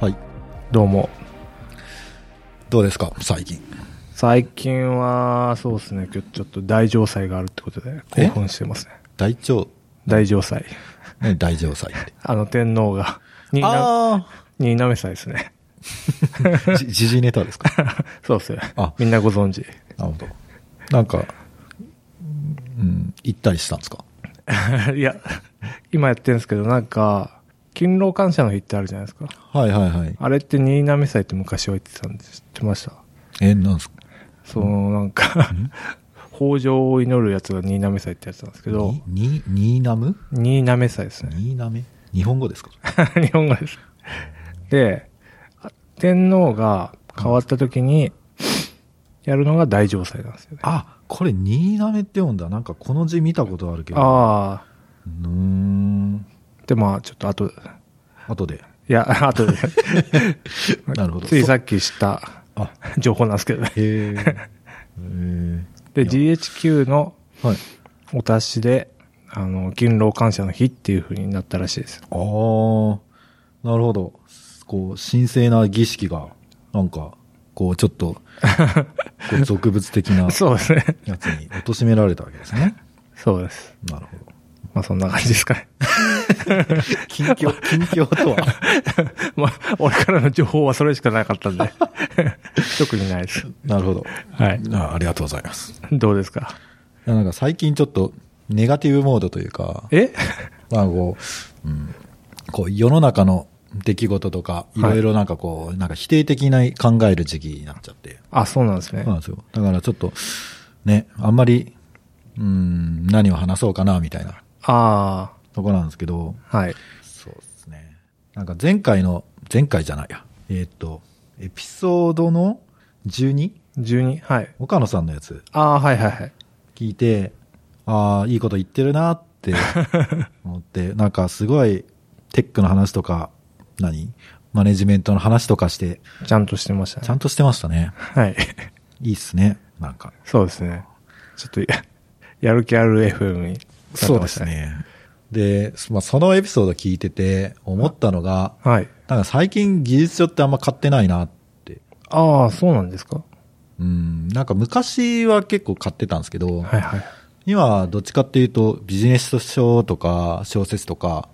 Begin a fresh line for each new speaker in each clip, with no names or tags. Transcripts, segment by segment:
はい。
どうも。
どうですか最近。
最近は、そうですね、今日ちょっと大城祭があるってことで、
え
興奮してますね。
大腸、
大城祭。
ね、大城祭って。
あの、天皇が、に な、
あ
になめ祭ですね。
あ。じ時事ネタですか
そうですね
あ。
みんなご存知。
なるほど。なんか、うん、行ったりしたんですか
いや、今やってるんですけど、なんか、勤労感謝の日ってあるじゃないですか。
はいはいはい。
あれって新浪祭って昔は言ってたんです。知ってました
え、なんですか
その、なんか、 豊穣を祈るやつが新浪祭ってやつなんですけど、
に、に、ニーナム
新浪祭ですね。
ニーナメ日本語ですか
日本語です。で、あ天皇が変わった時に、やるのが大城祭なんですよね。
あ、これ、ニーナメって読んだ。なんか、この字見たことあるけど。
あ
うーん。
あ。で、まあ、ちょっと後で、
後で。
いや、 後で。
なるほど。
ついさ
っき。
っき知った
あ、
情報なんですけどね。
へえ。へ
で、GHQ の
え。はい。
お達しで、あの、勤労感謝の日っていう風になったらしいです。
ああ、なるほど。こう、神聖な儀式が、なんか、こう、ちょっ と、こう俗物的な
そうですね。
やつに貶められたわけですね。
そうです。
なるほど。
まあ、そんな感じですかね。
近況、近況とは。
まあ、俺からの情報はそれしかなかったん で、特にないです。
なるほど。
はい。
あありがとうございます。
どうですか
なんか最近ちょっと、ネガティブモードというか、
え
まあこう、うん、こう世の中の出来事とか、いろいろなんかこう、なんか否定的な考える時期になっちゃって。
あ、そうなんですね
そう。なんですよ。だからちょっと、ね、あんまり、うん、何を話そうかな、みたいな
あ
とこなんですけど、
あ、はい。
そうですね。なんか前回の、前回じゃないや、えーっと、エピソードの 12?
12、はい。
岡野さんのやつ
ああ、はいはいはい。
聞いて、ああ、いいこと言ってるなって 思って、なんかすごいテックの話とか、何マネジメントの話とかして、
ちゃんとしてました
ち
ね
ゃ。んとしてましたね。
はい。
いいっすね、なんか。
そうですね。ちょっと や、やる気ある FM になってました。
そうです。ね。で、まあ、そのエピソード聞いてて思ったのが、
はい。
なんか最近技術書ってあんま買ってないなって。
ああ、そうなんですか
うん、なんか昔は結構買ってたんですけど、
はいはい。
今はどっちかっていうとビジネス書とか小説とか、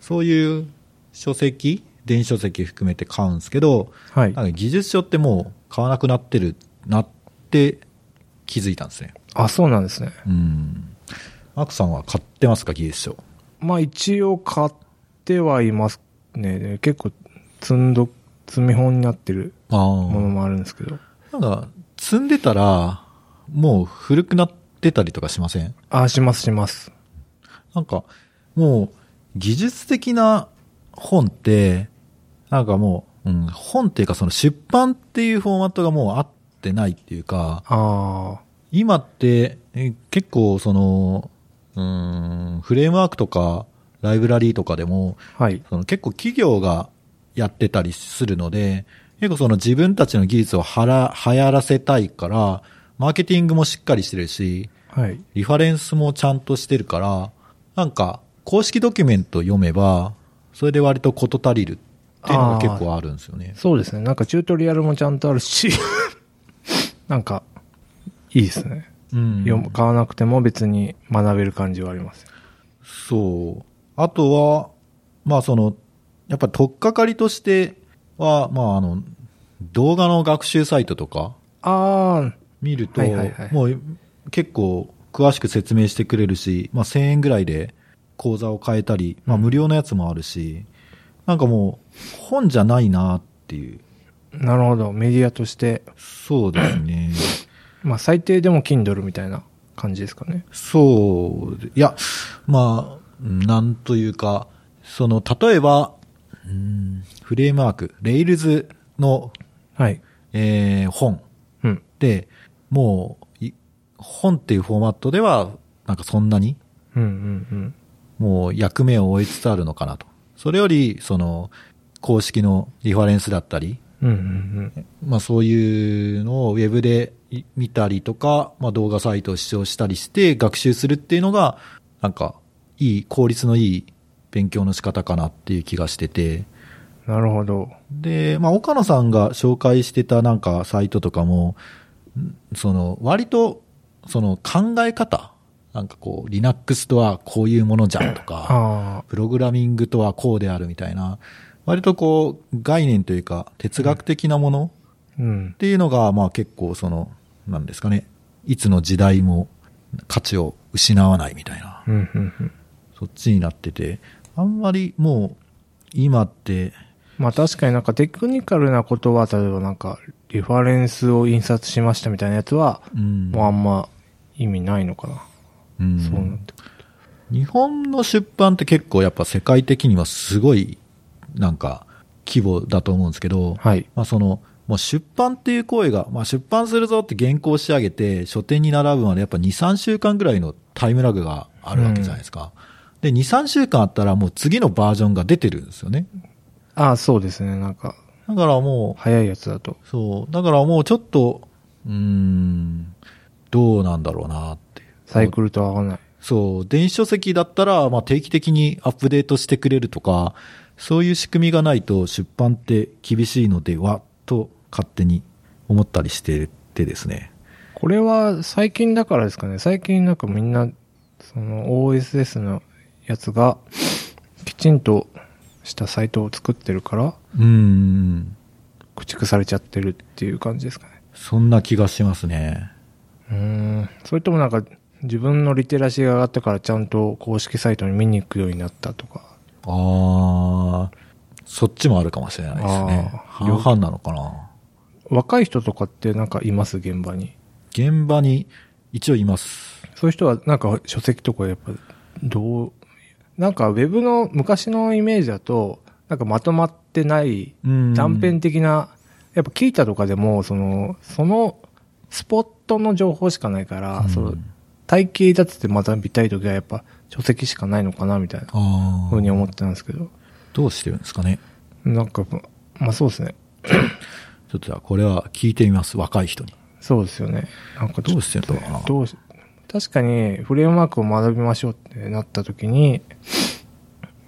そういう書籍、電子書籍含めて買うんですけど、
はい
なん。か技術書ってもう買わなくなってるなって気づいたんですね。
あ、そうなんですね。
うん。マークさんは買ってますか、技術書。
まあ一応買ってはいますね。で結構積んど、積み本になってる
ああ。
ものもあるんですけど。
なんか、積んでたら、もう古くなってたりとかしません
ああ、しますします。
なんか、もう、技術的な本って、なんかもう、うん、本っていうかその出版っていうフォーマットがもう合ってないっていうか、
あ
今って、え結構その、うん、フレームワークとか、ライブラリーとかでも、
あ、はい。
その結構企業がやってたりするので、結構その自分たちの技術をはら、流行らせたいから、マーケティングもしっかりしてるし、
はい。
リファレンスもちゃんとしてるから、なんか、公式ドキュメント読めば、それで割と事足りるっていうのが結構あるんですよね。
そうですね。なんかチュートリアルもちゃんとあるし、 なんか、いいですね。
うん
読む買わなくても別に学べる感じはあります。
そう。あとは、まあその、やっぱ取っかかりとしては、まああの、動画の学習サイトとか、
あ
見ると、
はいはいはい
もう結構詳しく説明してくれるし、まあ、1000円ぐらいで講座を変えたり、まあ、
うん
無料のやつもあるし、なんかもう本じゃないなっていう。
あ、なるほど。メディアとして、
そうです ね。
まあ最低でも Kindle みたいな感じですかね。
そう、いや、まあ、なんというか、その、例えば、うんフレームワーク、レイルズの、
はい。
えー本
うん。
で、もう、い本っていうフォーマットでは、なんかそんなに
うんうんうん。
もう役目を終えつつあるのかなと。それより、その、公式のリファレンスだったり、
うんうんうん。
まあそういうのをウェブでい見たりとか、まあ動画サイトを視聴したりして学習するっていうのが、なんか、いい、効率のいい勉強の仕方かなっていう気がしてて、
なるほど。
で、まあ、岡野さんが紹介してたなんかサイトとかも、んその、割と、その考え方、なんかこう、Linux とはこういうものじゃんと か、
あ
プログラミングとはこうであるみたいな、割とこう、概念というか、哲学的なもの
あ、うん
っ。ていうのが、まあ結構その、なんですかね、いつの時代も価値を失わないみたいな、
うん、うん、うん。
そっちになってて、あんまりもう、今って、
まあ確かになんかテクニカルなことは、例えばなんか、リファレンスを印刷しましたみたいなやつは、
うん
もうあんま意味ないのかな。
うん
そうなってくる
日本の出版って結構やっぱ世界的にはすごいなんか規模だと思うんですけど、
はい。
まあその、もう出版っていう行為が、まあ出版するぞって原稿を仕上げて書店に並ぶまでやっぱ2、3週間ぐらいのタイムラグがあるわけじゃないですか。で、2、3週間あったらもう次のバージョンが出てるんですよね。
ああ、そうですね。なんか、
だからもう、
早いやつだと。
そう、だからもうちょっと、うーん、どうなんだろうなっていう。
サイクルと合わない。
そう、電子書籍だったら、まあ、定期的にアップデートしてくれるとか、そういう仕組みがないと出版って厳しいのでは、と勝手に思ったりしててですね。
これは最近だからですかね。最近なんかみんな、その OSS のやつが、きちんとしたサイトを作ってるから、
うーん、
駆逐されちゃってるっていう感じですかね。
そんな気がしますね。
うーん。それともなんか、自分のリテラシーが上がったからちゃんと公式サイトに見に行くようになったとか。
あー、そっちもあるかもしれないですね。
あー
半々なのかな。
若い人とかってなんかいます、現場に。
現場に一応います。
そういう人はなんか書籍とかやっぱどう、なんかウェブの昔のイメージだと、なんかまとまってない
うん
断片的な、やっぱ聞いたとかでも、その、そのスポットの情報しかないから、
うん
その体系立ててまた見たいときはやっぱ書籍しかないのかなみたいな
あ
ふうに
ー、
思ってたんですけど、
どうしてるんですかね。
なんか、まあそうですね。
ちょっとじゃあこれは聞いてみます。若い人に。
そうですよね。なんか
どうしてるのかな。
どうし確かに、フレームワークを学びましょうってなった時に、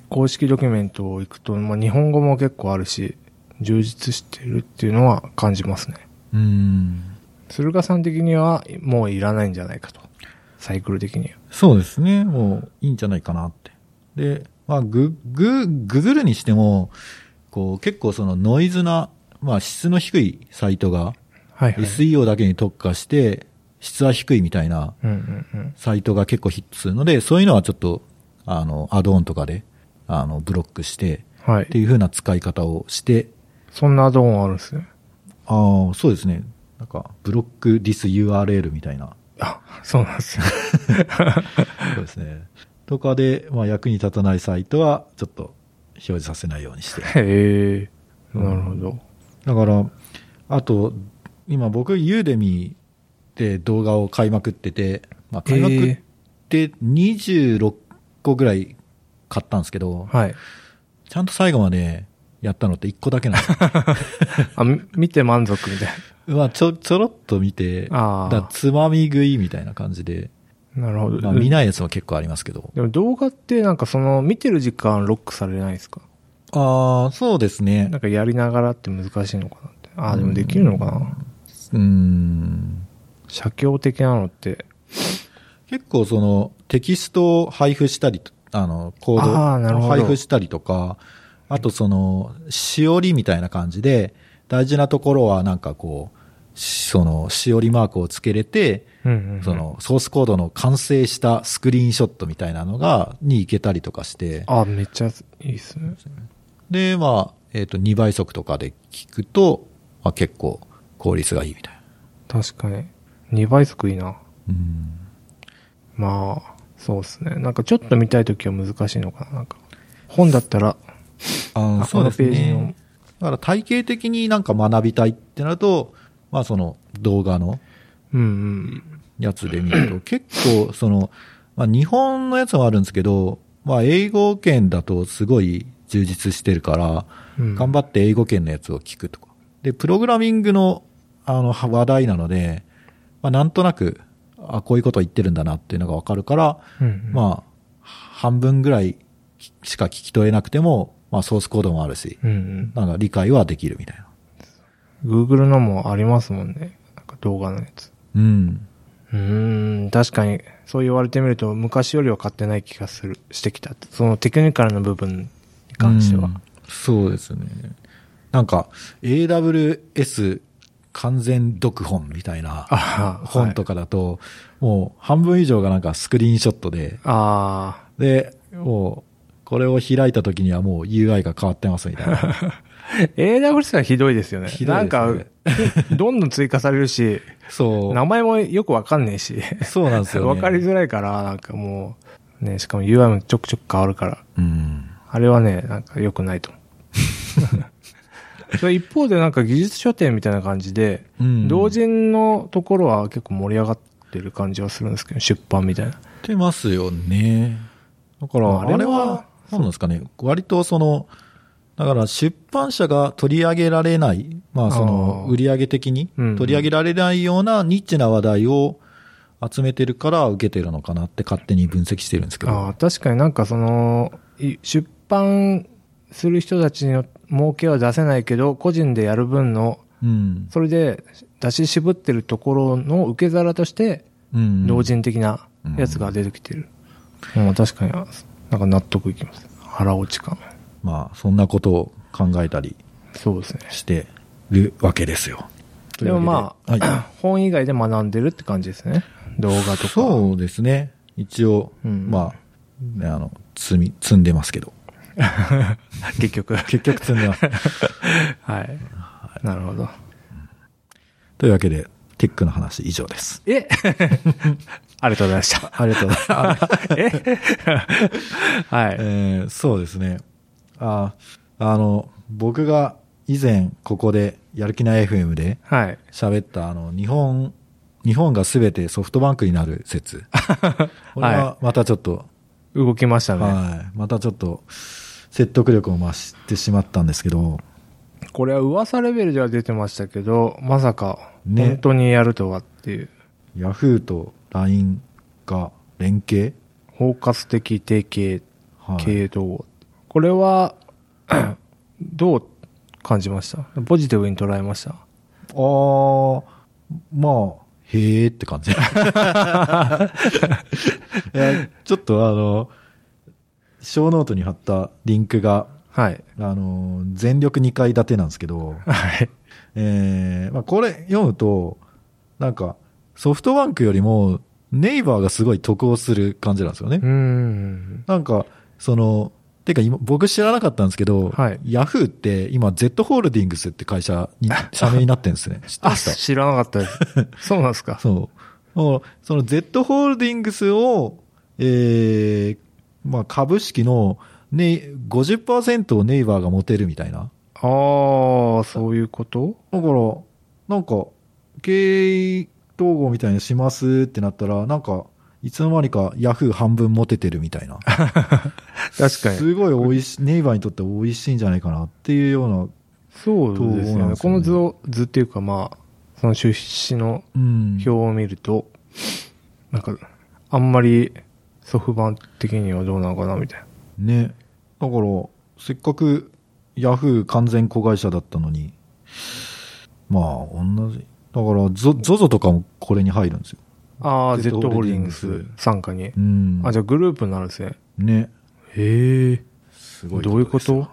公式ドキュメントを行くと、まあ、日本語も結構あるし、充実してるっていうのは感じますね。
うーん。
鶴ヶさん的には、もういらないんじゃないかと。サイクル的には。
そうですね。もういいんじゃないかなって。で、まあ、グ、グ、ググルにしても、こう、結構そのノイズな、まあ、質の低いサイトが、
はいはい。
SEO だけに特化して、質は低いみたいな
うんうんうん。
サイトが結構ヒットするので、そういうのはちょっと、あの、アドオンとかで、あの、ブロックして、
は
って
い。
いう風な使い方をして、
そんなアドオンあるんですね。
ああ、そうですね。なんか、ブロックディス URL みたいな。
あ、そうなん ですよ。
そうですね。とかで、まあ役に立たないサイトは、ちょっと表示させないようにして。
へえ。なるほど。
だから、あと、今僕、ユーデミーで動画を買いまくってて、まあ買いまくって26個ぐらい買ったんですけど、
はい。
ちゃんと最後までやったのって1個だけなんですよ。
あ、み見て満足みたい
まあちょ、ちょろっと見て、
あー
だからつまみ食いみたいな感じで、
な。なるほど。
まあ見ないやつも結構ありますけど。
でも動画ってなんかその見てる時間ロックされないですか
ああ、そうですね。
なんかやりながらって難しいのかなって。ああ、でもできるのかな
うーん。
写経的なのって。
結構そのテキストを配布したりと、あの、コ
あー
ー
な
ド
る
を
ほど
配布したりとか、あとその、しおりみたいな感じで、大事なところはなんかこう、しその、しおりマークをつけれて、
うんうんうん
そ。の、ソースコードの完成したスクリーンショットみたいなのが、に行けたりとかして、
ああ、めっちゃいいっすね。
で、まあ、えっ、と、2倍速とかで聞くと、まあ結構効率がいいみたいな。
確かに。2倍速いいな。
うん。
まあ、そうですね。なんかちょっと見たい時は難しいのかななんか。本だったら、
あ
あこのページの
だから体系的になんか学びたいってなると、まあその動画の
うんうん。
やつで見ると、結構その、まあ日本のやつもあるんですけど、まあ英語圏だとすごい充実してるから、
うん
頑張って英語圏のやつを聞くとか。で、プログラミングのあの話題なので、まあなんとなく、あ、こういうこと言ってるんだなっていうのがわかるから、
うんうん、
まあ、半分ぐらいしか聞き取れなくても、まあソースコードもあるし、
うん
なんか理解はできるみたいな。
うん。Google のもありますもんね。なんか動画のやつ。
うん。
うーん、確かに、そう言われてみると、昔よりは買ってない気がする、してきた。そのテクニカルな部分に関しては。
うんそうですね。なんか、AWS 完全読本みたいな
あ
本と
か。
かだと、もう半分以上がなんかスクリーンショットで、
あ
で、もう、これを開いた時にはもう UI が変わってますみたい な。
あ。AWS はひどいですよね。
ひどいですよね
なんか、どんどん追加されるし、
そ
名前もよくわかんねえし。
う。そうなんですよ、ね。
わかりづらいから、なんかもう、ね、しかも UI もちょくちょく変わるから、
うん。
あれはね、なんか良く ないと思う。それ一方でなんか技術書店みたいな感じで、
うん
同人のところは結構盛り上がってる感じはするんですけど、出版みたいな。
ってますよね。だから、
あ
あ
れは
れは、何なんですかね。割とその、だから出版社が取り上げられない、まあその
あー
売り上げ的に
うんうん
取り上げられないようなニッチな話題を集めてるから受けてるのかなって勝手に分析してるんですけど。
ああ、確かになんかその、い出版する人たちの儲けは出せないけど、個人でやる分の、
うん。
それで出し渋ってるところの受け皿として、
うん。
同人的なやつが出てきてる。もう確かに、なんか納得いきます。腹落ち感。
まあそんなことを考えたり
そうですね。
してるわけですよ。
でもまあ、
というわけではい
本以外で学んでるって感じですね。 動画とか。
そうですね。一応、
うん
まあ、ねあの、積み、積んでますけど。
結局。
結局積んで ます。
はい。なるほど。
というわけで、テックの話以上です。
え ありがとうございました。
ありがとうございます。
えはい。
えーそうですね。あ、あの、僕が以前ここで、やる気ない FM で
はい。
喋った、あの、日本、日本が全てソフトバンクになる 説。これはまたちょっと、
動きましたね。
はい。またちょっと、説得力を増してしまったんですけど、
これは噂レベルでは出てましたけど、まさか、
ね
本当にやるとはっていう、
ヤフーと LINE が連携
包括的提携
はい。
経営統合これは、 どう感じましたポジティブに捉えました
あー、まあ、へーって感 じ。いやちょっとあの、小ノートに貼ったリンクが、
はい。
あの、全力2階建てなんですけど、
はい。
えーまあ、これ読むと、なんか、ソフトバンクよりも、ネイバーがすごい得をする感じなんですよね
うー。ん。
なんか、その、てか今、僕知らなかったんですけど、
はい
ヤフーって今、Z ホールディングスって会社に、社名になってるんです ね。知ってま
あ、
した
知らなかっ たです。そうなんですか。
そう。だからその Z ホールディングスを、えーまあ株式の、ね、50%をネイバーが持てるみたいな。
ああ、そういうこと
だから、なんか、経営統合みたいにしますってなったら、なんか、いつの間にかヤフー半分持ててるみ たいな。
確かに。
すごい美味しい、ネイバーにとって美味しいんじゃないかなっていうような、
そう
統合なん
で
ですす
よ
よ
ね。
ね
この図を、図っていうかまあ、その出資の
うん。
表を見ると、なんか、あんまりソフトバンク的にはどうなのかなみたいな。
ね。だから、せっかくヤフー完全子会社だったのに、まあ、同じ。だから、ゾ、ゾゾとかもこれに入るんですよ。
ああ、Z
Z
ホ
ホ
ー
ー
ル
ル
デ
ディ
ィン
ン
グ
グ
ス
ス
傘下に
う。ん。
あ、じゃあグループになるんですね。
ね。
へえ。
す
どういうこと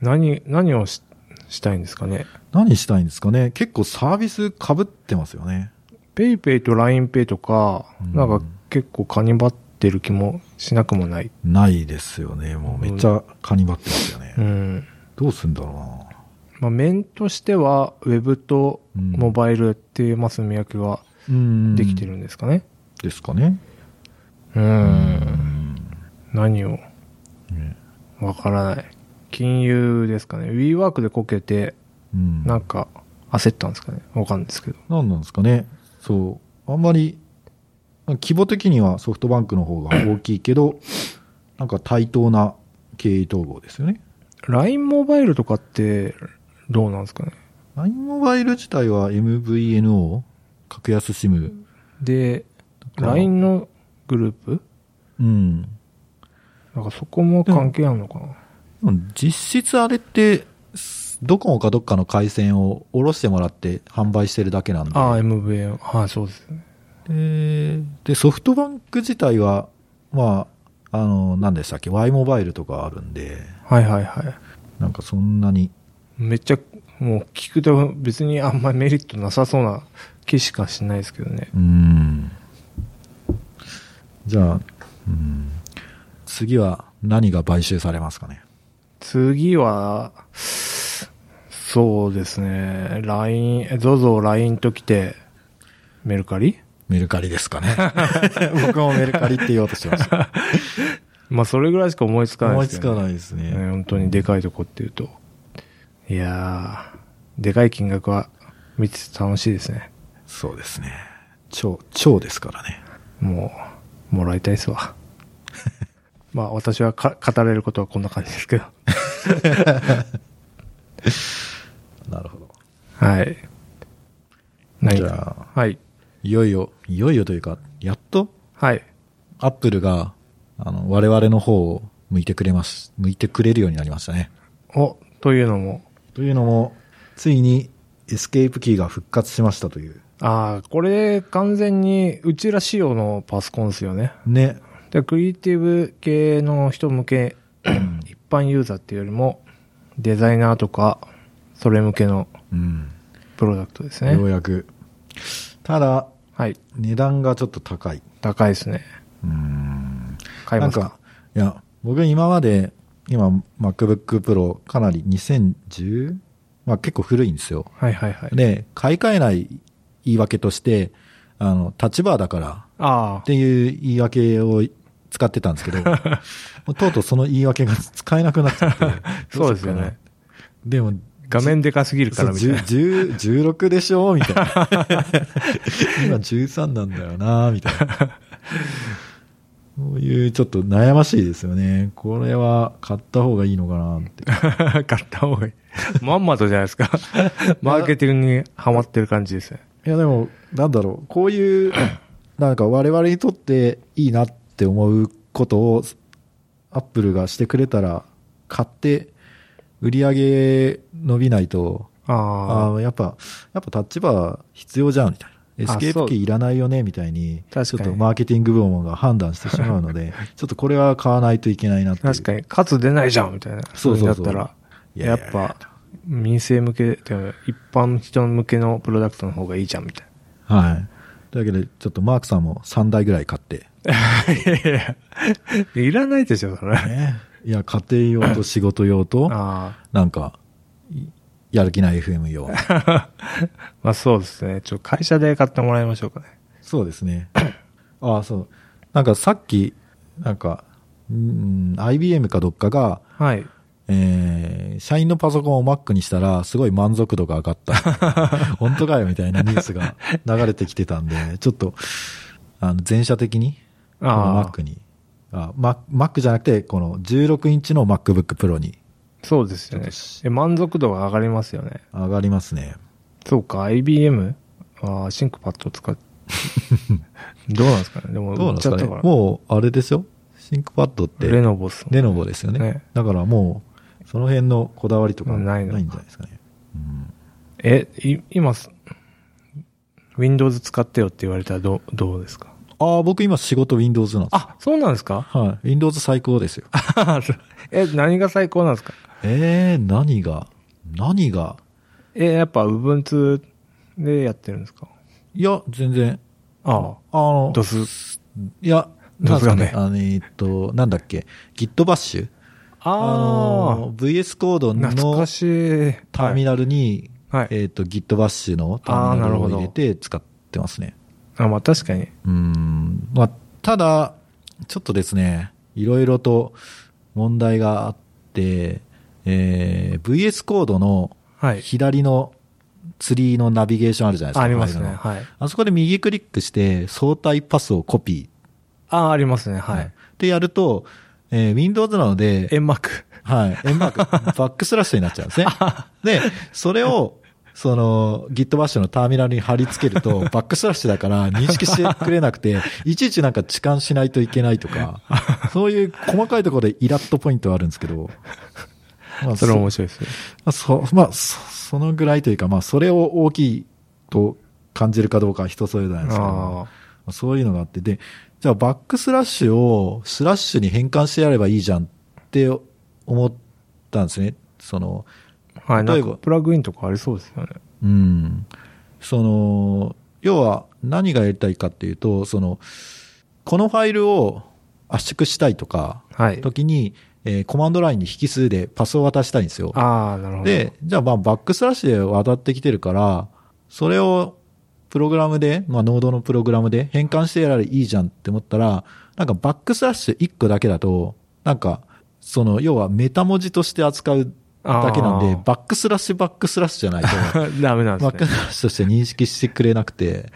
何、何をししたいんですかね。
何したいんですかね。結構サービス被ってますよね。
ペイペイと LINEPay とか、
うん
なんか結構カニバってる気もしなくもない。
ないですよね。もうめっちゃカニバってますよね。
うん。
どうすんだろうな。
まあ面としては、ウェブと
うん
モバイルっていうマス見分けが
うん
できて。るんですかね。
ですかね。
うん。何を
ね
わからない。金融ですかね。WeWork でこけて、
うん。
なんか焦ったんですかね。わかんないですけど。
なんなんですかね。そう。あんまり、規模的にはソフトバンクの 方が大きいけど、なんか対等な経営統合ですよね。
LINE モバイルとかってどうなんですかね。
LINE モバイル自体は MVNO、格安 SIM。
で、
ら
LINE のグループ
うん。
なんかそこも関係あるのかな。
でも実質あれって、すドコモかどっかの回線を下ろしてもらって販売してるだけなんで。
ああ、MVM。はい、そうですね。
でで、ソフトバンク自体は、まあ、あの、何でしたっけ、Y モバイルとかあるんで、
はいはいはい。
なんかそんなに、
めっちゃ、もう聞くと別にあんまりメリットなさそうな気しかしないですけどね。
うん。じゃあ、うん。次は何が買収されますかね。
次は、そうですね。LINE、ZOZO、LINE と来て、メルカリ
メルカリですかね。 僕もメルカリって言おうとしてました。
まあ、それぐらいしか思いつかな い
思
で
い
す
つ
けど、
か
ね。
ないです
ね
ね。
本当にでかいとこっていうと。いやー、でかい金額は見てて楽しいですね。
そうですね。超、超ですからね。
もう、もらいたいですわ。 まあ、私はか語れることはこんな感じですけど。
なるほど。
はい。何
じ
か
ゃあ、
はい。
いよいよ、いよいよというか、やっと、
はい。
アップルが、あの、我々の方を向いてくれます、向いてくれるようになりましたね。
お、というのも、
というのも、ついに、エスケープキーが復活しましたという。
ああ、これ完全にうちら仕様のパソコンですよね。
ね。
でクリエイティブ系の人向け、一般ユーザーっていうよりも、デザイナーとか、それ向けの
うん。
プロダクトです
よう
ね。
やく。ただ、
はい。
値段がちょっと高い。
高いですね。
うん。
買いますか
なんか、いや、僕今まで、今、MacBook Pro かなり 2010? まあ結構古いんですよ。
はいはいはい。
で、買い替えない言い訳として、あの、立場だから、
ああ。
っていう言い訳を使ってたんですけど、もうとうとうその言い訳が使えなくなっちゃって
そうです
どしよ
よ
うかな
ね。。
でも、
画面でかすぎるか
そう
らみたいな。
10 10 16でしょみたいな。 今13なんだよなみたいな。そういうちょっと悩ましいですよね。これは買った方がいいのかなって。
買った方がいい。まんまとじゃないですか。マーケティングにハマってる感じですね。
いやでも、なんだろう、こういう、なんか我々にとっていいなって思うことを、アップルがしてくれたら、買って、売り上げ伸びないと、
ああ
ああ、やっぱ、やっぱタッチバー必要じゃん、みたいな。エスケー
そう
プキーいらないよね、みたいに、ちょっ
確かに
とマーケティング部門が判断してしまうの で、ちょっとこれは買わないといけないなっていう。
確かに、数出ないじゃんみたいな。
そうそうそう
れだったら、
いや
や
いや
っぱ、民生向け、てか一般人向けのプロダクトの方がいいじゃんみたい
はい。というわけで、ちょっとマークさんも3台ぐらい買 って、
な。いやいやいやいらないでしょ、それ。あ
ね。いや、家庭用と仕事用と、
あ。
なんか、いやる気ない FM 用。
まあそうですね。ちょ、会社で買ってもらいましょうかね。
そうですね。ああ、そう。なんかさっき、なんか、うん、IBM かどっかが、
はい。
えー、社員のパソコンを Mac にしたら、すごい満足度が上が った。本当かよみたいなニュースが流れてきてたんで、ちょっと、あの、全社的に、この
ああ。
Mac に。あ、Mac Mac じゃなくて、この16インチの MacBook Pro に
そうですよね。え満足度が上がりますよね。
上がりますね。
そうか、IBM? ああ、シンクパッドを 使って。どうなんですかねでも、
どうなんですか
売っちゃ
ね
ったから。
もう、あれですよ。シンクパッドって。
レノボス。
レノボですよね。
ね
だからもう、その辺のこだわりとか
な
ないいん
の
じゃないですかね。うん
え、い今す、Windows 使ってよって言われたらどう、どうですか
ああ、僕今仕事 Windows なんです。
あ、そうなんですか
はい。Windows 最高ですよ。
え、何が最高なんですか
ええー、何が、何が、
え、やっぱ Ubuntu でやってるんですか
いや、全然、
あ
あ
あ、
の、
ドス。
いや、
ドスが
なん
ね
すかあの、えーっと、なんだっけ、Git バッシュ
あ
の、VS コード
あ、懐
の
かしい。
ターミナルに、
はい。
えーっと、Git バッシュのターミナルを入れて使ってますね。
あ、まあ確かに。
うーんまあ、ただ、ちょっとですね、いろいろと問題があって、えー VS コードの
はい。
左のツリーのナビゲーションあるじゃないですか。
ありますね。
ファイルの
はい。
あそこで右クリックして、相対パスをコピ
ああ、ありますね。
ー。
はい。
でやると、えー Windows なので、
円幕。
はい、円幕、バックスラッシュになっちゃうんですね。で、それを、その、Git バッシュのターミナルに貼り付ける と、バックスラッシュだから認識してくれなくて、いちいちなんか痴漢しないといけないとか、そういう細かいところでイラッとポイントはあるんですけど、まあ
それは面白いですね。
まあ、そ、まあ、そそのぐらいというか、まあ、それを大きいと感じるかどうかは人それぞれなんですけど、ま
あ
あそういうのがあって、で、じゃあバックスラッシュをスラッシュに変換してやればいいじゃんって思ったんですね。その、
あ。はい、な
例え
ん
ば
かプラグインとかありそうですよね。
うん。その、要は何がやりたいかっていうと、その、このファイルを圧縮したいとか、
はい。
時に、えーコマンドラインに引数でパスを渡したいんですよ。
ああ、なるほど。
で、じゃあまあバックスラッシュで渡ってきてるから、それをプログラムで、まあノードのプログラムで変換してやらればいいじゃんって思ったら、なんかバックスラッシュ1個だけだと、なんか、その要はメタ文字として扱うだけなんで
あー、
バックスラッシュバックスラッシュじゃ ないと、
ダメなんで
バ
す
ック
ね
ス。ラッシュとして認識してくれなくて、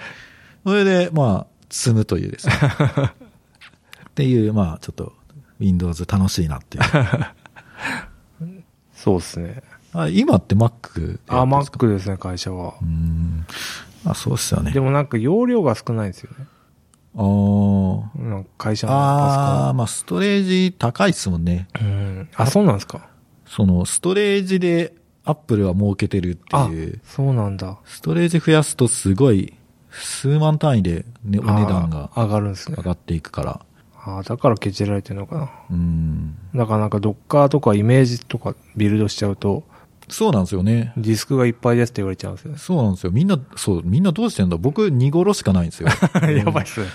それでまあ積むという ですね。っていう、まあちょっと Windows 楽しいな っていう。
そうですね。
あ今って Mac でや
あ、
ってるんですか
Mac ですね、会社は
う。ん。あ、そうですよね。
でもなんか容量が少ないんですよね。
ああ。
なんか会社の
ああ、
パ
まあ、ストレージ高いっすもんね。
ソコン。うん。あ、そうなんですか。
その、ストレージでアップルは儲けてるって
あ
いう、。
そうなんだ。
ストレージ増やすとすごい、数万単位で、ね、お値段が
あー上がるんですね
上。がっていくから。
ああ、だからケチられてるのかな。
うん。
だからなんか Docker とかイメージとかビルドしちゃうと、
そうなんですよね。
ディスクがいっぱいですって言われちゃうんですよね。。
そうなんですよ。みんな、そう、みんなどうしてんだ僕、2頃しかないんですよ
やばいっすね。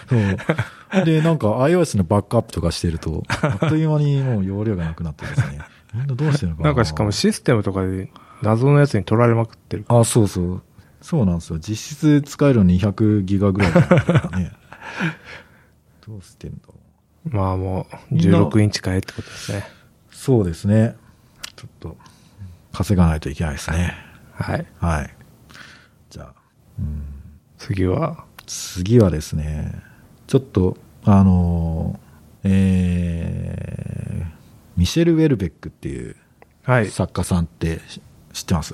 そう。で、なんか iOS のバックアップとかしてると、あっという間にもう容量がなくなってですね。みんなどうしてるのかな。
なんかしかもシステムとかで謎のやつに取られまくってる。
あ、そうそう。そうなんですよ。実質使えるの200ギガぐらいなんだから ね。どうしてんだろう。
まあもう、
みんな
16インチかえってことですね。
そうですね。ちょっと、稼がないといけないですね。
はい。
はい。じゃあ、うん、
次は、
次はですね、ちょっと、あのーえー、ミシェル・ウェルベックっていう
はい。
作家さんってし知ってます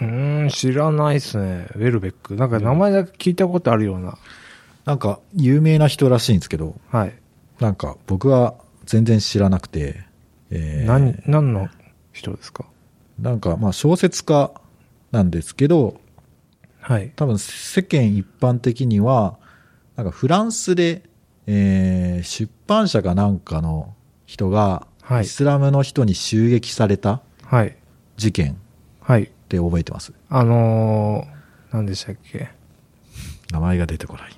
うーん、知らないですね。ウェルベック。なんか名前だけ聞いたことあるような。
なんか、有名な人らしいんですけど、
はい。
なんか僕は全然知らなくて、えー
何、何の人ですか
なんかまあ小説家なんですけど、
はい。
多分世間一般的には、なんかフランスで、えー出版社かなんかの人が、
はい
イスラムの人に襲撃された
はい。
事件っ
はい。
て覚えてます。
あのー、何でしたっけ
名前が出てこない。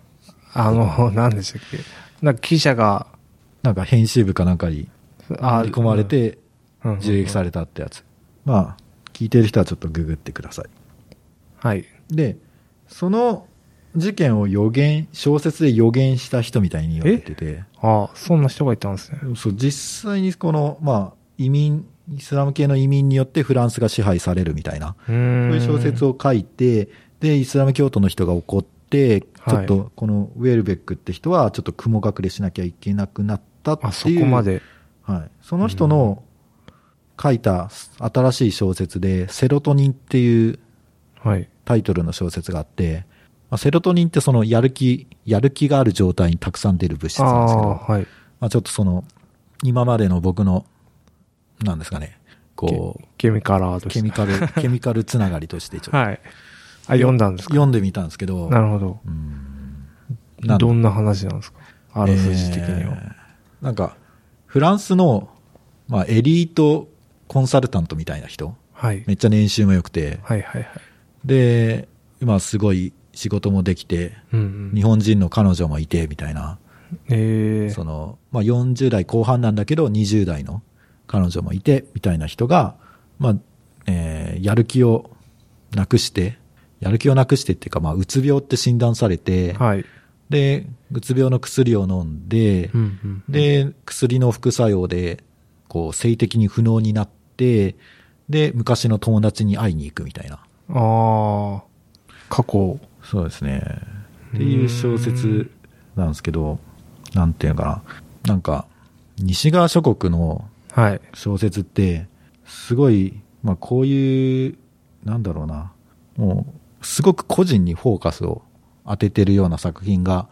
あの、 何でしたっけなんか記者が、
なんか編集部かなんかに
あ
乗り込まれ、て
うん
銃撃されたってやつ。まあ、聞いてる人はちょっとググってください。
はい。
で、その事件を予言、小説で予言した人みたいに言われてて、
ああ、そんな人がいたんですね。
そう実際にこの、まあ、移民、イスラム系の移民によってフランスが支配されるみたいな、
う
そ
ーん。
ういう小説を書いて、で、イスラム教徒の人が怒って、ちょ
はい
っとこのウェルベックって人はちょっと雲隠れしなきゃいけなくなったっていう。
あ、そこまで。
はい。その人の書いた新しい小説で、セロトニンっていう
はい。
タイトルの小説があって、まあ、セロトニンってそのやる気、やる気がある状態にたくさん出る物質
あ
なんですけ
あ
ど、
ー、はい。
まあ、ちょっとその、今までの僕の、なんですかね、こう、
ケミカラーとして。
ケミカ ル、ケミカルつながりとしてちょっと、
はい。あ、読んだんですか
読んでみたんですけど、
なるほど。
うんなん
どんな話なんですかあらすじ的には。
えーなんか、フランスの、まあ、エリートコンサルタントみたいな人、
はい。
めっちゃ年収も良くて、
はいはいはい。
で、今すごい仕事もできて、
うんうん。
日本人の彼女もいて、みたいな。
ええ
その、まあ、40代後半なんだけど、20代の彼女もいて、みたいな人が、まあ、えーやる気をなくして、やる気をなくしてっていうか、まあ、うつ病って診断されて、
はい。
で、うつ病の薬を飲んで、
うんうん。
で、薬の副作用で、こう、性的に不能になって、で、昔の友達に会いに行くみたいな。
ああ、過去。
そうですね。っていう小説なんですけど、なんていうのかな。なんか、西側諸国の
はい。
小説って、すごい、まあこういう、なんだろうな、もう、すごく個人にフォーカスを当ててるような作品が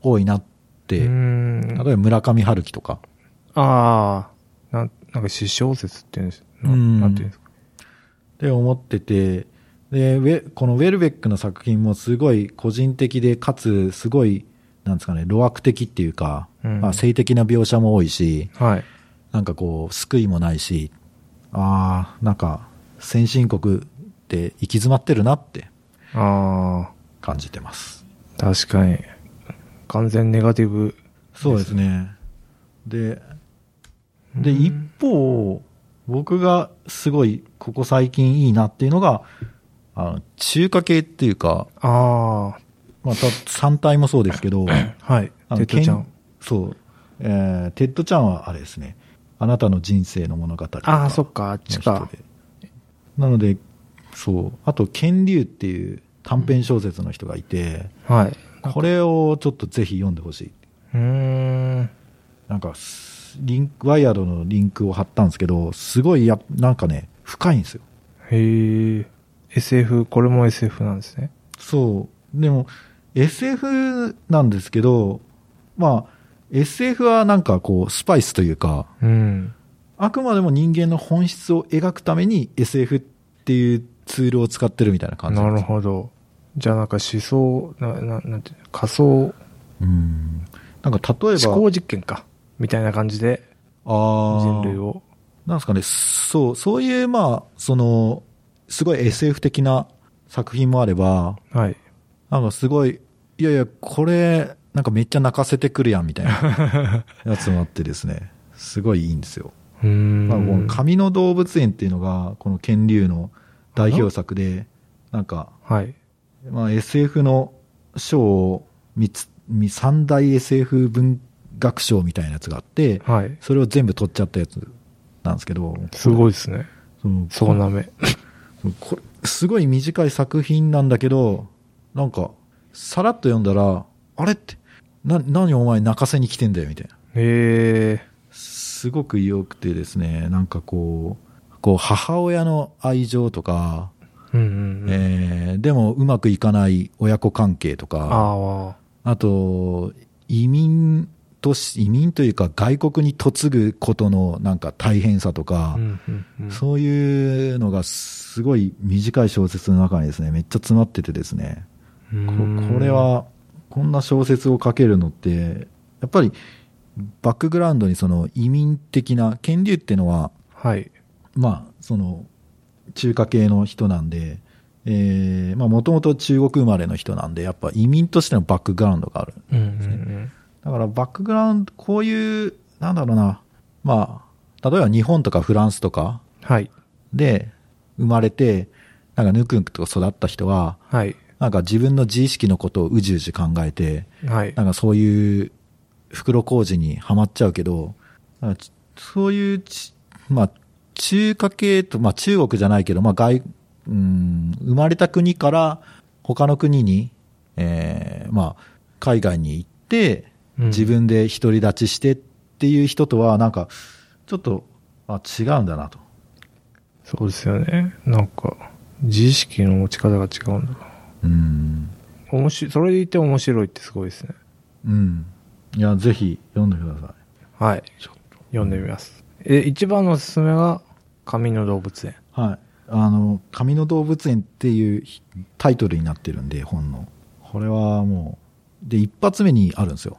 多いなっ
うー
て、
ん。
例えば村上春樹とか、
ああ、なん、なんか詩小説って言うんですな
うん
なんていうんですか。
って思ってて、で、ウェこのウェルベックの作品もすごい個人的で、かつすごい、なんですかね、露悪的っていうか、
うん
まあ、性的な描写も多いし、
はい。
なんかこう、救いもないし、ああ、なんか、先進国って行き詰まってるなって
あ
感じてます。
あ、確かに。完全ネガティブ。
そうですね。で、で、
うん
一方、僕がすごい、ここ最近いいなっていうのが、あの中華系っていうか、
あ
まあ、た3体もそうですけど、
あ、はい。
あの
テッドちゃ
け
ん。
そう、えーテッドちゃんはあれですね、あなたの人生の物語とか
ああ、そっか、あっち
の
か
人。でなので、そう、あと、剣竜っていう短編小説の人がいて、
はい。
これをちょっとぜひ読んでほしい。
うーん。
なんか、リンク、ワイヤードのリンクを貼ったんですけど、すごいや、なんかね、深いんですよ。
へえ。SF、これも SF なんですね。
そう。でも、SF なんですけど、まあ、SF はなんかこう、スパイスというか、
うん。
あくまでも人間の本質を描くために SF っていうツールを使ってるみたいな感じ
なん
で
る
す。
ほど。じゃあなんか思想、な、ななんていうの仮想、
うん。なんか例えば、
思考実験か。みたいな感じで
あー
人類を。
なんですかね、そう、そういう、まあ、その、すごい SF 的な作品もあれば、
はい。
なんかすごい、いやいや、これ、なんかめっちゃ泣かせてくるやんみたいな やつもあってですね、すごいいいんですよ。
うーん。
まあ、この紙の動物園っていうのが、この剣竜の代表作で、なんか、
はい。
まあ、SF の賞を三つ、み三大 SF 文学賞みたいなやつがあって、
はい。
それを全部取っちゃったやつなんですけど、
すごいですね。
うん
そうなめ。
これすごい短い作品なんだけど、なんか、さらっと読んだら、あれって、な、何お前泣かせに来てんだよ、みたいな。
へえ。
すごく良くてですね、なんかこう、こう、母親の愛情とか、
うんうんうん。
えーでもうまくいかない親子関係とか、
あ
あと、移民とし、移民というか外国に嫁ぐことのなんか大変さと
あ。
か
う、んうんうん。
そういうのがすごい短い小説の中にですね、めっちゃ詰まっててですね、
う
こ
ーん
これ、は、こんな小説を書けるのって、やっぱりバックグラウンドにその移民的な、権流ってのは、
はい。
まあ、その、中華系の人なんで、えー、まあ、もともと中国生まれの人なんで、やっぱ移民としてのバックグラウンドがある。
うんうん
だからバックグラウンド、こういう、なんだろうな、まあ、例えば日本とかフランスとか、
うん。はい。
で、生まれて、なんかぬくぬくと育った人は、
はい。
なんか自分の自意識のことをうじうじ考えて、
はい
な。んかそういう袋小路にはまっちゃうけど、なんかちそういうち、まあ、中華系と、まあ中国じゃないけど、まあ外、うん、生まれた国から他の国に、えーまあ、海外に行って、
うん
自分で独り立ちしてっていう人とは、なんか、ちょっと、あ、違うんだなと。
そうですよね。なんか、自意識の持ち方が違うんだな。
うん。
面白い、それでいて面白いってすごいですね。
うん。いや、ぜひ読んでくださ
はい。読んでみます。え、一番のおすすめが、紙の動物園。
い。はい。あの、紙の動物園っていうひタイトルになってるんで、本の。これはもう、で、一発目にあるんですよ。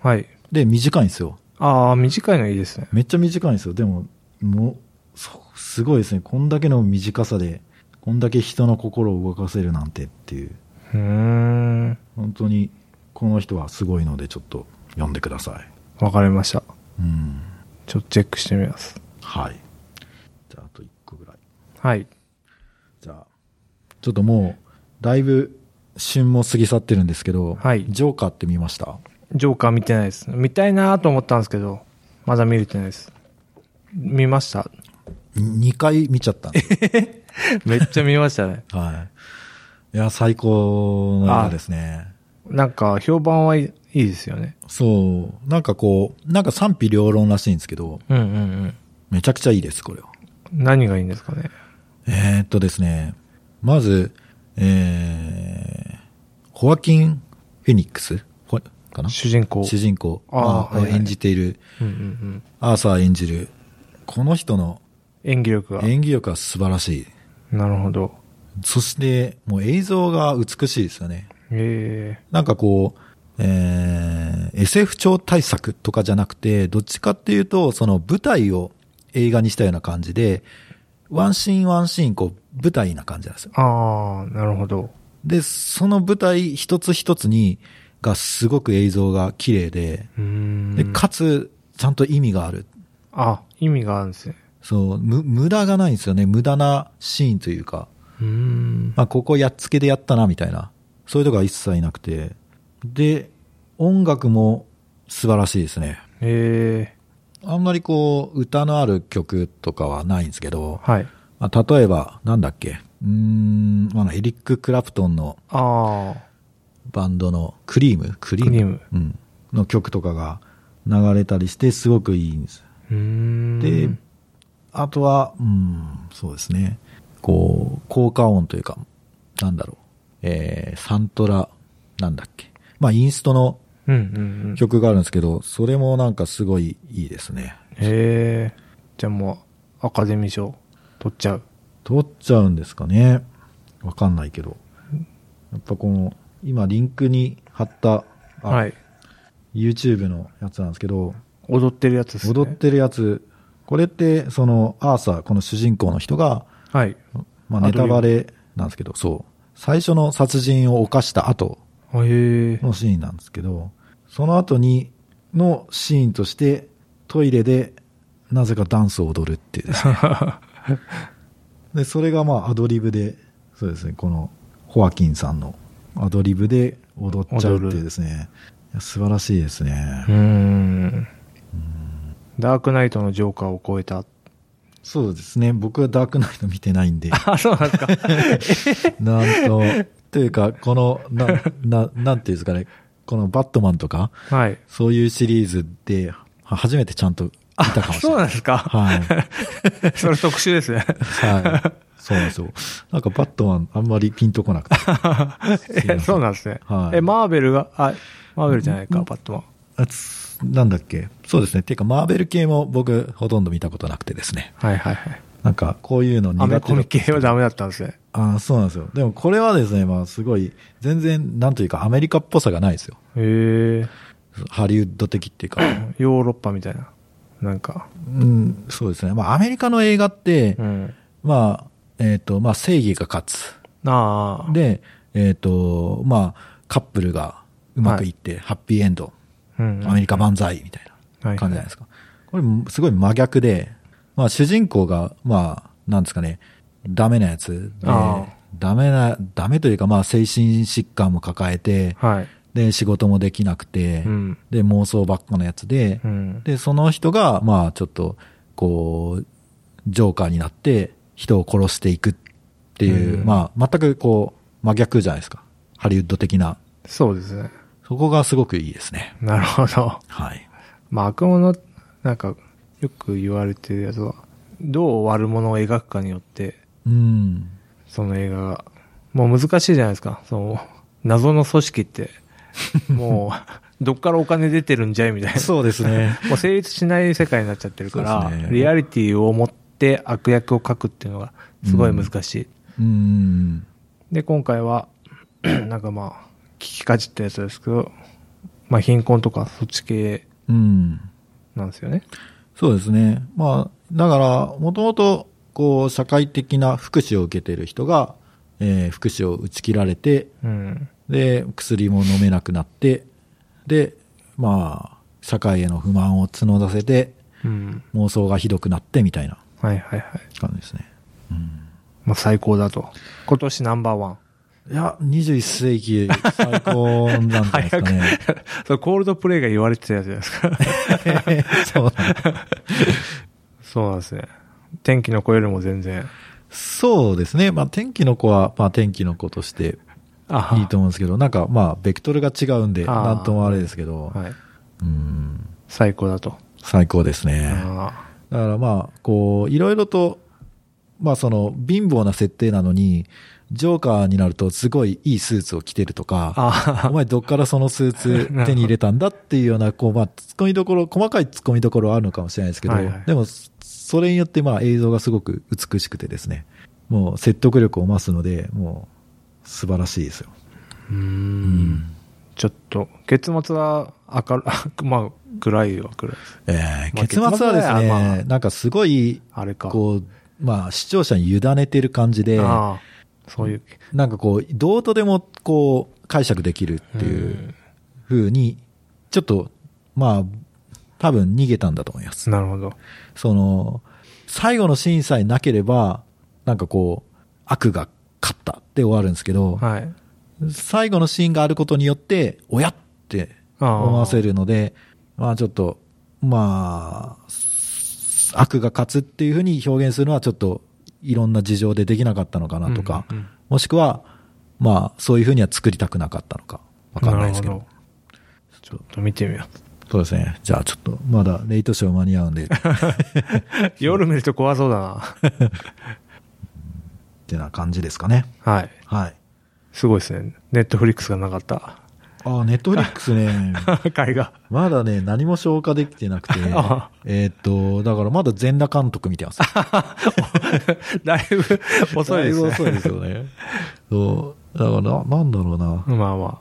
はい。
で、短いんですよ。
ああ、短いのいいですね。
めっちゃ短いんですよ。でも、もう、そうすごいですね。こんだけの短さで、こんだけ人の心を動かせるなんてっていう。
うーん。
本当に、この人はすごいので、ちょっと読んでください。
わかりました。
うん。
ちょっとチェックしてみます。
はい。じゃあ、あと一個ぐらい。
はい。
じゃあ、ちょっともう、だいぶ旬も過ぎ去ってるんですけど、
はい
ジョーカーって見ました
ジョーカー見てないです。見たいなと思ったんですけど、まだ見れてないです。見ました
?2 回見ちゃったんで。
めっちゃ見ましたね。
はい。いや、最高の映画ですね。
なんか、評判はいいいいですよね。
そう。なんかこう、なんか賛否両論らしいんですけど、
うんうん
めちゃくちゃいいです、これは。
うん。何がいいんですかね。
えー、っとですね、まず、えー、ホアキン・フェニックスほかな
主人公。
主人公
あ
ま
ー
あ
はいはい
演じている、
うんうんうん。
アーサー演じる、この人の、
え演技力が。
演技力は素晴らしい。
なるほど。
そして、もう映像が美しいですよね。
え
なんかこう、えー、SF 超大作とかじゃなくて、どっちかっていうと、その舞台を映画にしたような感じで、ワンシーンワンシーン、こう、舞台な感じなんですよ。
えああ、なるほど。
で、その舞台一つ一つに、がすごく映像が綺麗で、
うーん。
で、かつ、ちゃんと意味がある。
あ、意味があるんですね。
そう、む、無駄がないんですよね。無駄なシーンというか。
うーん。
まあ、ここやっつけでやったな、みたいな。そういうとこは一切なくて。で、音楽も素晴らしいですね。
え
あんまりこう、歌のある曲とかはないんですけ
え
ど、
はい。
まあ、例えば、なんだっけ。うーん、まあ、エリック・クラプトンの
ああ、
バンドのクリームクリーム
クリーム
うん。の曲とかが流れたりして、すごくいいんです。
うーん。
で、あとは、うん、そうですね。こう、効果音というか、なんだろう。えー、サントラ、なんだっけ。まあ、インストの
うんうんうん。
曲があるんですけど、それもなんかすごいいいですね。
ええじゃあもう、アカデミー賞取っちゃう。
撮っちゃうんですかね。わかんないけど。やっぱこの、今リンクに貼った、あ
はい。
YouTube のやつなんですけど、
踊ってるやつですね。
踊っ。てるやつ、これって、その、アーサー、この主人公の人が、
はい。
まあ、ネタバレなんですけど、そう。最初の殺人を犯した後
あへえ
のシーンなんですけど、その後に、のシーンとして、トイレで、なぜかダンスを踊るっていうですねで、それがまあ、アドリブで、そうですね、この、ホアキンさんのアドリブで踊っちゃうっていうですね、いや素晴らしいですね。
うーん。 ダークナイトのジョーカーを超えた。
そうですね、僕はダークナイト見てないんで。
あ、そうなんですか。
なんと、というか、この、な、な、なんていうんですかね、このバットマンとか、
はい。
そういうシリーズで、は初めてちゃんと見たかもしれ
そう
な。
ないんですか。
はい。
それ特殊ですね。
はい。そうなんですよ。なんかバットマンあんまりピンとこなくて。
えそうなんですね。
はい
え、マーベルが、あ、マーベルじゃないか、バットマン。
あつなんだっけそうですね。ていうか、マーベル系も僕ほとんど見たことなくてですね。
はいはいはい。
なんか、こういうの苦
ア
手だ
メコミ系はダメだったんですね。
あーそうなんですよ。でもこれはですね、まあすごい、全然、なんというかアメリカっぽさがないですよ。
へえ。
ハリウッド的っていうか。
ヨーロッパみたいな。なんか。
うん、そうですね。まあ、アメリカの映画って、
うん。
まあ、えっ、と、まあ、正義が勝つ。
ああ。、
で、えっ、と、まあ、カップルがうまくいって、ハッピーエンド、
うん。
アメリカ万歳みたい
は
ない感じじゃないですか。これ、すごい真逆で、まあ、主人公が、まあ、なんですかね、ダメなやつで
ああ、
ダメな、ダメというか、まあ、精神疾患も抱えて、
はい。
で、仕事もできなくて、
うん。
で、妄想ばっかのやつで、
うん。
で、その人が、まあ、ちょっと、こう、ジョーカーになって、人を殺していくっていう、
うん
まあ、全くこう、真逆じゃないですか。ハリウッド的な。
そうですね。
そこがすごくいいですね。
なるほど。
はい。
まあ、悪者、なんか、よく言われてるやつは、どう悪者を描くかによって、
うん。
その映画が、もう難しいじゃないですか。その、謎の組織 って、もう、どっからお金出てるんじゃいみたいな。
そうですね。
もう成立しない世界になっちゃってるから、
そうですね
リアリティを持って悪役を書くっていうのが、すごい難しい。
うん。
で、今回は、 なんかまあ、聞きかじったやつですけど、まあ、貧困とかそっち系
うん。
なんですよね。
そうですね。まあ、だから、もともと、こう、社会的な福祉を受けている人が、えー福祉を打ち切られて、
うん。
で、薬も飲めなくなって、で、まあ、社会への不満を募らせて、
うん。
妄想がひどくなってみたいな
はいはいはい。
感じですね。
まあ、最高だと。今年ナンバーワン。
いや、21世紀最高なんじゃないですかね。
それコールドプレイが言われてたやつじゃないで すか。
そうだ
そうなんですね。天気の子よりも全然。
そうですね。まあ、天気の子は、まあ、天気の子として
あ
いいと思うんですけど、なんか、まあ、ベクトルが違うんで、
あー
なんともあれですけど、
はい。
うん、
最高だと。
最高ですね。
あ
だからまあ、こう、いろいろと、まあその、貧乏な設定なのに、ジョーカーになるとすごいいいスーツを着てるとか、
あ
お前どっからそのスー ツ手に入れたんだっていうような、こう、まあ、突っ込みどころ、細かい突っ込みどころはあるのかもしれないですけど、
はいはい
でも、それによってまあ映像がすごく美しくてですね、もう説得力を増すので、もう素晴らしいですよ。
うーん。
ちょっと、月末は明る、 まあ、暗いは暗いです。
えー
まあ
結末はですね、
結末はまあ
なんかすごい、
あれか。
こう、まあ視聴者に委ねてる感じで、
ああ、そういう。
なんかこう、どうとでもこう、解釈できるっていう風に、ちょっと、まあ、多分逃げたんだと思います。
なるほど。
その、最後のシーンさえなければ、なんかこう、悪が勝ったって終わるんですけど、
はい。
最後のシーンがあることによって、おやって思わせるので、まあちょっと、まあ、悪が勝つっていうふうに表現するのはちょっと、いろんな事情でできなかったのかなとか、
うんうんうん
もしくは、まあそういうふうには作りたくなかったのか、わかんないですけど。
るほど。ちょっと見てみよ
そうですね。じゃあちょっと、まだレイトショー間に合うんで、っ
う。 夜見ると怖そうだな。
てな感じですかね。
はい。
はい。
すごいですね。ネットフリックスがなかった。
ああ、ネットフリックス ね。
絵画。
まだね、何も消化できてなくて
あ、
えーっと、だからまだ全裸監督見てます。
だいぶ 遅いです
だぶ
ね。
遅いですよね。そう。だからな、なんだろうな。
まあまあ。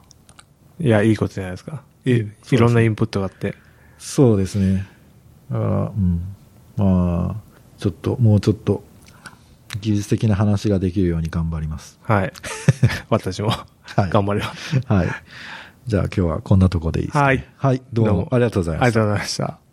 いや、いいことじゃないですか。い
うんそうですね
いろんなインプットがあって。
そうですね。だから、うん。まあ、ちょっと、もうちょっと、技術的な話ができるように頑張ります。
はい。 私も
い
頑張ります。
はい。じゃあ今日はこんなとこでいいですかね、
はい
はい、どう
どう
も
も
ありがとうございま
あ
し
り
た
がとうございました。